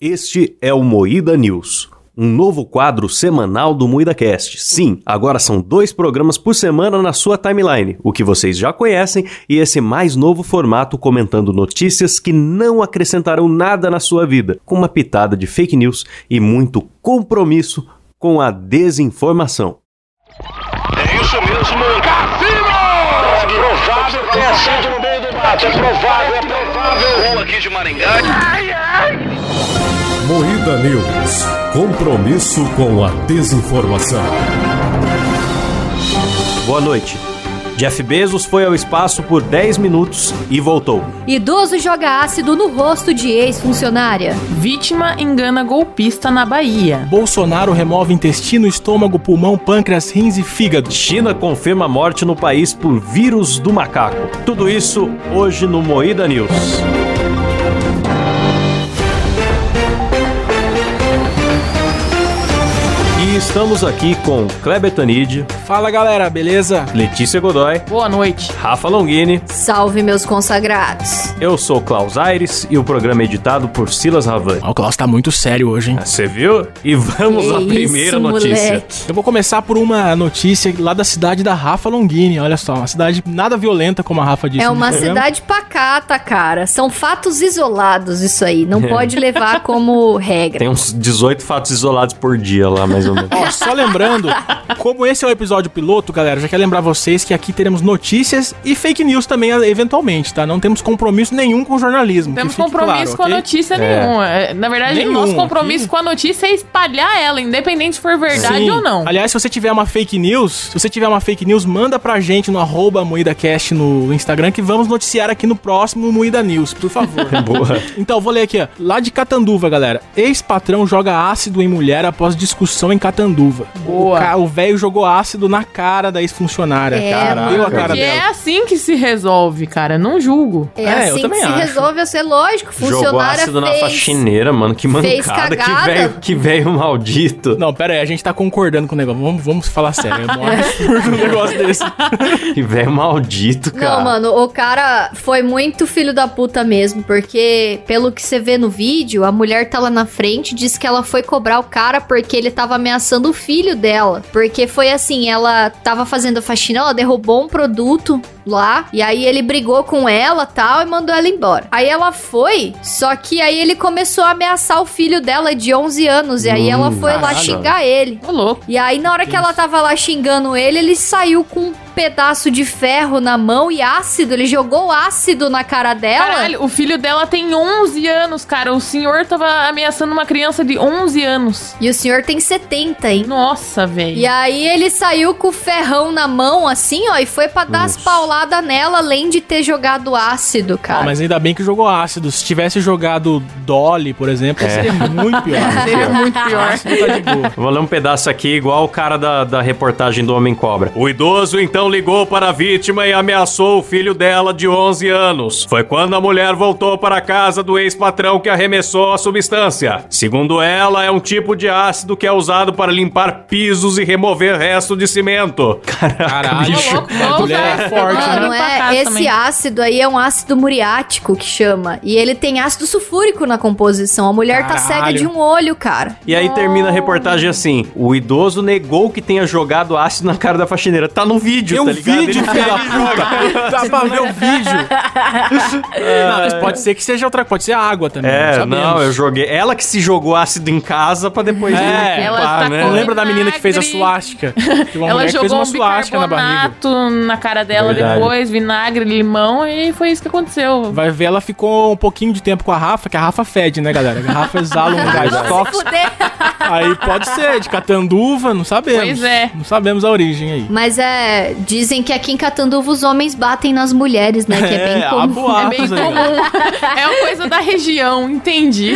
Este é o Moída News, um novo quadro semanal do MoídaCast. Sim, agora são dois programas por semana na sua timeline, o que vocês já conhecem, e esse mais novo formato comentando notícias que não acrescentarão nada na sua vida, com uma pitada de fake news e muito compromisso com a desinformação. É isso mesmo, Cassino! É provável que tenha sido no meio do mato, é provável, é provável. Rola aqui de Maringá. Ai, ai! Moída News. Compromisso com a desinformação. Boa noite. Jeff Bezos foi ao espaço por 10 minutos e voltou. Idoso joga ácido no rosto de ex-funcionária. Vítima engana golpista na Bahia. Bolsonaro remove intestino, estômago, pulmão, pâncreas, rins e fígado. China confirma a morte no país por vírus do macaco. Tudo isso hoje no Moída News. E estamos aqui com Kleber Tanid, Fala galera, beleza? Letícia Godoy, Boa noite. Rafa Longini, Salve meus consagrados. eu sou Klaus Aires e o programa é editado por Silas Ravan. Ah, O Klaus tá muito sério hoje, hein? Você viu? E vamos à Que primeira isso, notícia. moleque. Eu vou começar por uma notícia lá da cidade da Rafa Longini, olha só, uma cidade nada violenta como a Rafa disse. né? É no uma programa. cidade pacata, cara. São fatos isolados isso aí. Não É. pode levar como regra. Tem uns 18 fatos isolados por dia lá, mais ou menos. Ó, só lembrando, como esse é o episódio piloto, galera, já quero lembrar vocês que aqui teremos notícias e fake news também, eventualmente, tá? Não temos compromisso nenhum com o jornalismo. Temos que fique compromisso claro, com a ok? notícia É. nenhuma. É, Na verdade, Nenhum, o nosso compromisso aqui. com a notícia é espalhar ela, independente se for verdade Sim. ou não. Aliás, se você tiver uma fake news, se você tiver uma fake news, manda pra gente no arroba MoídaCast no Instagram que vamos noticiar aqui no próximo Moída News, por favor. Boa. Então, vou ler aqui, ó. Lá de Catanduva, galera. Ex-patrão joga ácido em mulher após discussão em Catanduva. Boa. O ca- O velho jogou ácido na cara da ex-funcionária. É, Caralho. Deu a cara Porque é dela. assim que se resolve, cara. Não julgo. É, É, eu assim que também se acho. resolve a ser lógico. Jogou Funcionária ácido na fez. faxineira, mano. Que fez mancada. Que cagada. velho, que velho maldito. Não, pera aí, a gente tá concordando com o negócio. Vamos, vamos falar sério. É um absurdo um negócio desse. Que velho maldito, cara. Não, mano, o cara foi muito filho da puta mesmo, porque pelo que você vê no vídeo, a mulher tá lá na frente, diz que ela foi cobrar o cara porque ele tava ameaçando o filho dela. Porque foi assim, ela tava fazendo a faxina, ela derrubou um produto lá, e aí ele brigou com ela, tal, e mandou ela embora. Aí ela foi, só que aí ele começou a ameaçar o filho dela de 11 anos, e aí Hum, ela foi lá caralho. xingar ele. Ô, louco. E aí, na hora que ela tava lá xingando ele, ele saiu com um pedaço de ferro na mão e ácido. Ele jogou ácido na cara dela. Caralho, o filho dela tem 11 anos, cara. O senhor tava ameaçando uma criança de 11 anos. E o senhor tem 70, hein? Nossa, velho. E aí ele saiu com o ferrão na mão, assim, ó, e foi pra dar as pauladas nela, além de ter jogado ácido, Ah, cara. mas ainda bem que jogou ácido. Se tivesse jogado Dolly, por exemplo, seria muito pior. Seria É muito pior. Ácido tá de boa. Vou ler um pedaço aqui, igual o cara da, da reportagem do Homem Cobra. O idoso então ligou para a vítima e ameaçou o filho dela de 11 anos. Foi quando a mulher voltou para a casa do ex-patrão que arremessou a substância. Segundo ela, é um tipo de ácido que é usado para limpar pisos e remover resto de cimento. Caralho, Ô, louco, a mulher ousa. é forte, né? Mano, né? Pra casa é, esse também. ácido aí é um ácido muriático que chama. E ele tem ácido sulfúrico na composição. A mulher tá Caralho. cega de um olho, cara. E aí termina a reportagem assim: o idoso negou que tenha jogado ácido na cara da faxineira. Tá no vídeo, Tem um tá ligado? vídeo, Ele filho da pega e joga. puta. Dá pra ver o vídeo. Não, mas pode ser que seja outra coisa. Pode ser água também. É, sabemos. não, eu joguei. Ela que se jogou ácido em casa pra depois. né? É, me ela culpar, tá Não com- lembra da menina que fez a Vinagre. suástica? Que uma Ela mulher que fez jogou uma um suástica na barriga. bicarbonato na, cara dela Verdade. depois, vinagre, limão, e foi isso que aconteceu. Vai ver, ela ficou um pouquinho de tempo com a Rafa, que a Rafa fede, né, galera? A Rafa exala um gás tóxico. Fuder. Aí pode ser, de catanduva, não sabemos. Pois é. Não sabemos a origem aí. Mas é. Dizem que aqui em Catanduva os homens batem nas mulheres, né? Que é, bem há comum. É boatos bem aí, comum. galera. É uma coisa da região, entendi.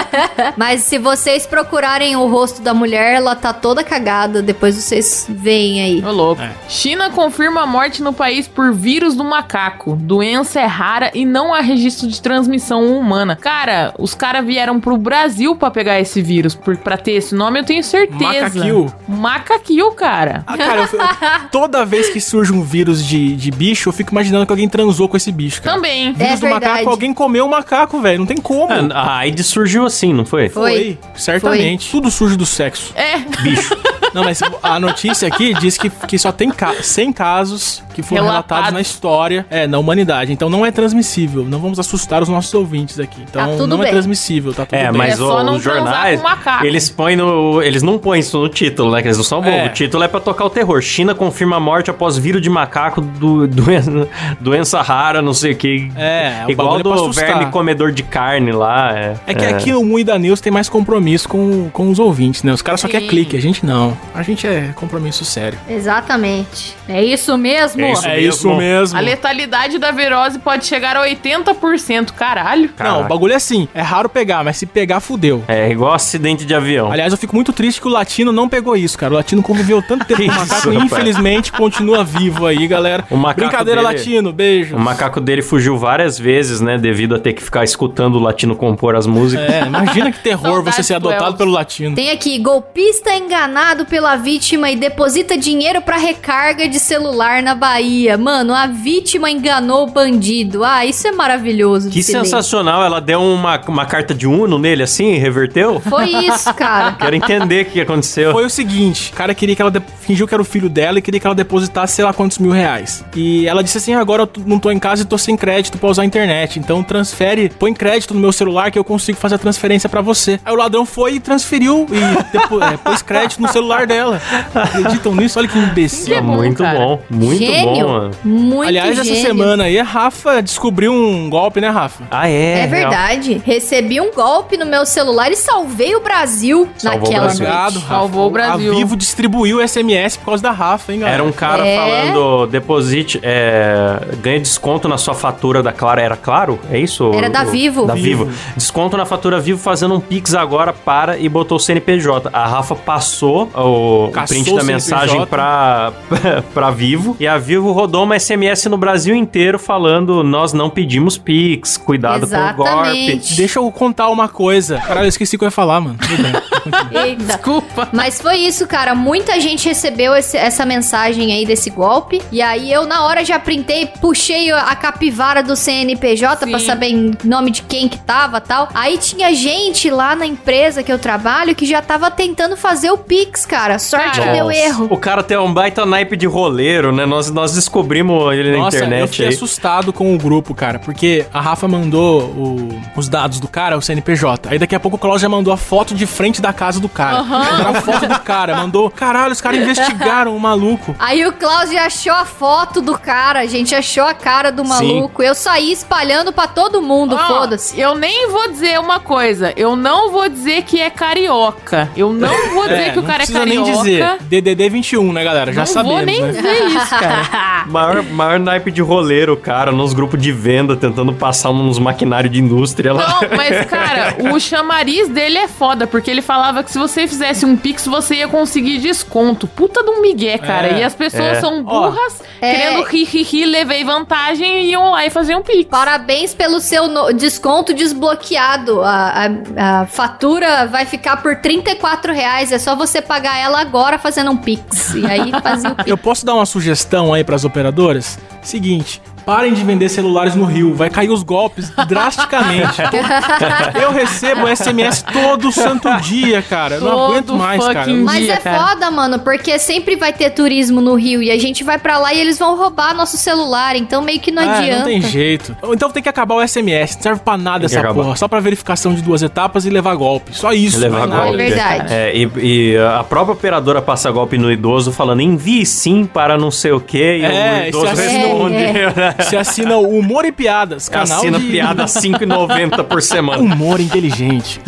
Mas se vocês procurarem o rosto da mulher, ela tá toda cagada. Depois vocês veem aí. Ô, louco. China confirma a morte no país por vírus do macaco. Doença é rara e não há registro de transmissão humana. Cara, os caras vieram pro Brasil pra pegar esse vírus. Por, pra ter esse nome, eu tenho certeza. Macaquil. Macaquil, cara. Ah, cara, eu, eu- toda toda vez que surge um vírus de, de bicho, eu fico imaginando que alguém transou com esse bicho, cara. Também. É Vírus do verdade. macaco, alguém comeu o macaco, velho. Não tem como. Ah, A AIDS surgiu assim, não foi? Foi. certamente. Tudo surge do sexo. É, Bicho. Não, mas a notícia aqui diz que, que só tem ca 100 casos que foram Relatados. relatados na história, é, na humanidade. Então não é transmissível. Não vamos assustar os nossos ouvintes aqui. Então tudo não bem. é transmissível, tá tudo É, bem. mas É o- só não os transar jornais, com macaco. eles põem no... Eles não põem isso no título, né? Que eles não são bobos. É. O título é pra tocar o terror. China confirma a morte após vírus de macaco, do, doença, doença rara, não sei o que. É, o Igual bagulho é pra do assustar. verme comedor de carne lá. É, É que aqui o Muida News tem mais compromisso com, com os ouvintes, né? Os caras só querem Sim. clique, a gente não. A gente é compromisso sério. Exatamente. É isso mesmo? É isso. mesmo. mesmo. a letalidade da virose pode chegar a 80%. Caralho. Não, o bagulho é assim, é raro pegar, mas se pegar, fudeu. É igual acidente de avião. Aliás, eu fico muito triste que o latino não pegou isso, cara. O latino conviveu tanto tempo Que com o isso, macaco e rapaz. infelizmente continua vivo aí, galera. O macaco Brincadeira, dele- latino. Beijo. O macaco dele fugiu várias vezes, né? Devido a ter que ficar escutando o latino compor as músicas. É, imagina que terror você Saudades ser do adotado Elvis. pelo latino. Tem aqui, golpista enganado pela vítima e deposita dinheiro pra recarga de celular na Bahia. Mano, a vítima enganou o bandido. Ah, isso é maravilhoso. de Que se ler. sensacional. Ela deu uma, uma carta de uno nele, assim, e reverteu. Foi isso, cara. Quero entender o que aconteceu. Foi o seguinte, o cara queria que ela de- fingiu que era o filho dela e queria que ela depositasse sei lá quantos mil reais. E ela disse assim: agora eu t- não tô em casa e tô sem crédito pra usar a internet. Então transfere, põe crédito no meu celular que eu consigo fazer a transferência pra você. Aí o ladrão foi e transferiu e depo- é, pôs crédito no celular dela. Acreditam nisso? Olha que imbecil. Que bom, muito cara. bom, muito gênio. bom, mano. Muito Aliás, gênio. essa semana aí a Rafa descobriu um golpe, né, Rafa? Ah, é. É, real. verdade. Recebi um golpe no meu celular e salvei o Brasil Salvou o naquela Brasil. Obrigado, noite. Rafa. Salvou o Brasil. A Vivo distribuiu SMS por causa da Rafa, hein, galera? Era um cara É. falando, deposite, é, ganha desconto na sua fatura da Claro. Era Claro? É isso? Era da O- Vivo. Da Vivo. Vivo. Desconto na fatura Vivo fazendo um Pix agora para e botou o CNPJ. A Rafa passou o, o Caçou print da o mensagem CNPJ. pra, pra Vivo e a Vivo rodou uma SMS no Brasil inteiro falando, nós não pedimos Pix, cuidado com o golpe. Exatamente. Deixa eu contar uma coisa. Caralho, eu esqueci o que eu ia falar, mano. Tudo bem. Eita. Desculpa. Mas foi isso, cara. Muita gente recebeu esse- essa mensagem aí desse golpe. E aí eu, na hora, já printei, puxei a capivara do CNPJ Sim. pra saber em nome de quem que tava tal. Aí tinha gente lá na empresa que eu trabalho que já tava tentando fazer o Pix, cara. Sorte Nossa. que deu erro. O cara tem um baita naipe de roleiro, né? Nós, nós descobrimos ele na Nossa, eu internet fiquei aí. assustado com o grupo, cara, porque a Rafa mandou o- os dados do cara, o CNPJ. Aí daqui a pouco o Klaus já mandou a foto de frente da casa do cara. Mandaram a foto do cara, mandou. Caralho, os caras investigaram o maluco. Ah, Aí o Klaus já achou a foto do cara, a gente achou a cara do maluco. Eu saí espalhando pra todo mundo, Ó, foda-se. Eu nem vou dizer uma coisa. Eu não vou dizer que é carioca. Eu não vou dizer que o não cara é precisa carioca. nem dizer. DDD 21, né, galera? Já não sabemos, vou nem né? dizer isso, cara. Maior, maior naipe de roleiro, cara, nos grupos de venda, tentando passar uns maquinários de indústria lá. Não, mas, cara, o chamariz dele é foda, porque ele falava que se você fizesse um pix, você ia conseguir desconto. Puta de um migué, cara. É, e as pessoas é. são Ó. burras, É. querendo rir, rir, rir, levei vantagem e iam lá e faziam pix. Parabéns pelo seu no- desconto desbloqueado. A, a- a fatura vai ficar por 34 reais. É só você pagar ela agora fazendo um Pix. E aí fazia o Pix. Eu posso dar uma sugestão aí pras operadoras? Seguinte, parem de vender celulares no Rio, vai cair os golpes drasticamente. Todo- Eu recebo SMS todo santo dia, cara. Eu não Todo aguento mais, cara. fucking Mas dia, é cara. foda, mano, porque sempre vai ter turismo no Rio e a gente vai pra lá e eles vão roubar nosso celular, então meio que não Ah, adianta. não tem jeito. Ou Então tem que acabar o SMS. Não serve pra nada Tem que essa acabar. porra. Só pra verificação de duas etapas e levar golpe. Só isso. Levar mais nada. golpe. É verdade. É, e, e a própria operadora passa golpe no idoso, falando envie sim para não sei o quê, e É, o idoso esse assina- responde. né? Você assina o Humor e Piadas, canal Assina de... piada a 5,90 por semana. Humor inteligente.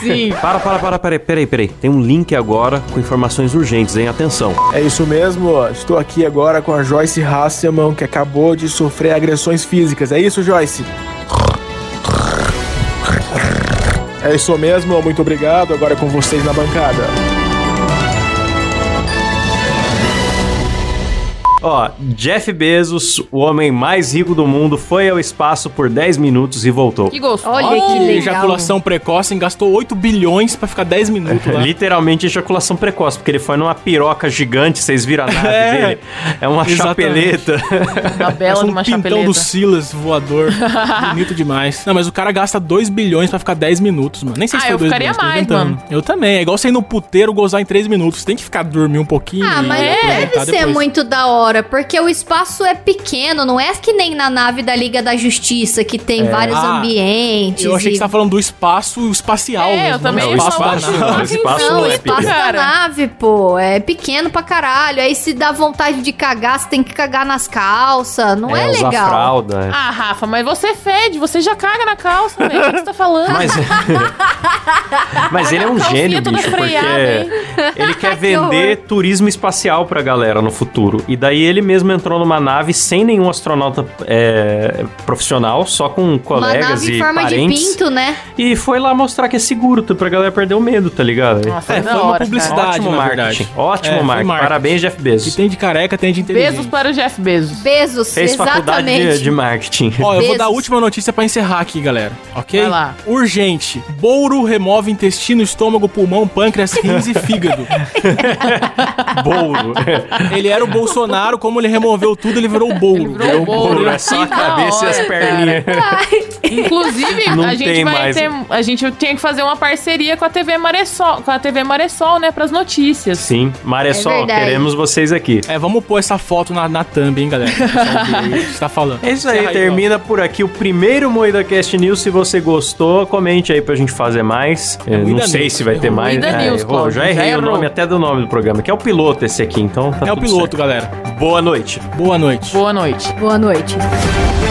Sim. Para, para, para, peraí, peraí, peraí. Tem um link agora com informações urgentes, hein? Atenção. É isso mesmo, estou aqui agora com a Joyce Hasselman, que acabou de sofrer agressões físicas. É isso, Joyce? É isso mesmo, muito obrigado. Agora é com vocês na bancada. Ó, Jeff Bezos, o homem mais rico do mundo, foi ao espaço por 10 minutos e voltou. Que gostoso. Olha que E legal. Ejaculação precoce, gastou 8 bilhões pra ficar 10 minutos Tá. lá. Literalmente ejaculação precoce, porque ele foi numa piroca gigante, vocês viram a nave É, dele. É uma exatamente. chapeleta. Da bela Parece de um uma pintão chapeleta. do Silas voador. Bonito demais. Não, mas o cara gasta 2 bilhões pra ficar 10 minutos, mano. Nem sei Ah, se foi eu 2 ficaria bilhões, tô mais, inventando. mano. Eu também. É igual você ir no puteiro gozar em 3 minutos. Você tem que ficar dormir um pouquinho. Ah, e mas não aproveitar deve ser tá, depois. muito da hora, porque o espaço é pequeno, não é que nem na nave da Liga da Justiça, que tem vários Ah, ambientes. Eu achei que e- você tava falando do espaço espacial. É, eu mesmo, né? não também do Não, o ia espaço falar da espaço- nave. não, Não, o espaço Não, não o é espaço pequeno. da Cara. nave, pô, é pequeno pra caralho. Aí se dá vontade de cagar, você tem que cagar nas calças. Não é, usar legal. fralda. é. Ah, Rafa, mas você fede, você já caga na calça, velho. O que você tá falando? Mas, mas ele é um Calcinha gênio, toda bicho, porque freada, hein? ele quer Que horror. vender turismo espacial pra galera no futuro. E daí ele mesmo entrou numa nave sem nenhum astronauta é, profissional, só com Uma colegas nave em e forma parentes. de pinto, né? E foi lá mostrar que é seguro, tá, pra galera perder o medo, tá ligado? Nossa, É, da foi uma hora, cara. publicidade. Ótimo na marketing. verdade. É, Ótimo foi marketing. marketing. Parabéns, Jeff Que Bezos. tem de careca, tem de inteligente. Bezos para o Jeff Bezos. Bezos, Fez faculdade exatamente. de, de marketing. Ó, eu vou Bezos. dar a última notícia pra encerrar aqui, galera. Ok? Vai lá. Urgente. Bouro remove intestino, estômago, pulmão, pâncreas, rins e fígado. Bouro. Ele era o Bolsonaro, como ele removeu tudo, ele virou o Bouro. virou o Bouro. Bouro é só a Que da cabeça e as hora, perninhas. Inclusive, Não a gente tem vai mais. ter. A gente tinha que fazer uma parceria com a TV Maressol, com a TV Maressol, né? Pras notícias. Sim, Maressol, É verdade. queremos vocês aqui. É, vamos pôr essa foto na, na thumb, hein, galera. Só ver o que Você tá falando. É isso aí, Encerra termina por aqui o primeiro Moída Cast News. Se você gostou, comente aí pra gente fazer mais. Eu não Moída sei News. se vai ter Errou. mais. Moída É, News, errou. Cláudio, já errei já o errou. nome até do nome do programa, que é o piloto esse aqui, então. tá ó. É o tudo piloto, galera. certo. Boa noite. Boa noite. Boa noite. Boa noite. Boa noite.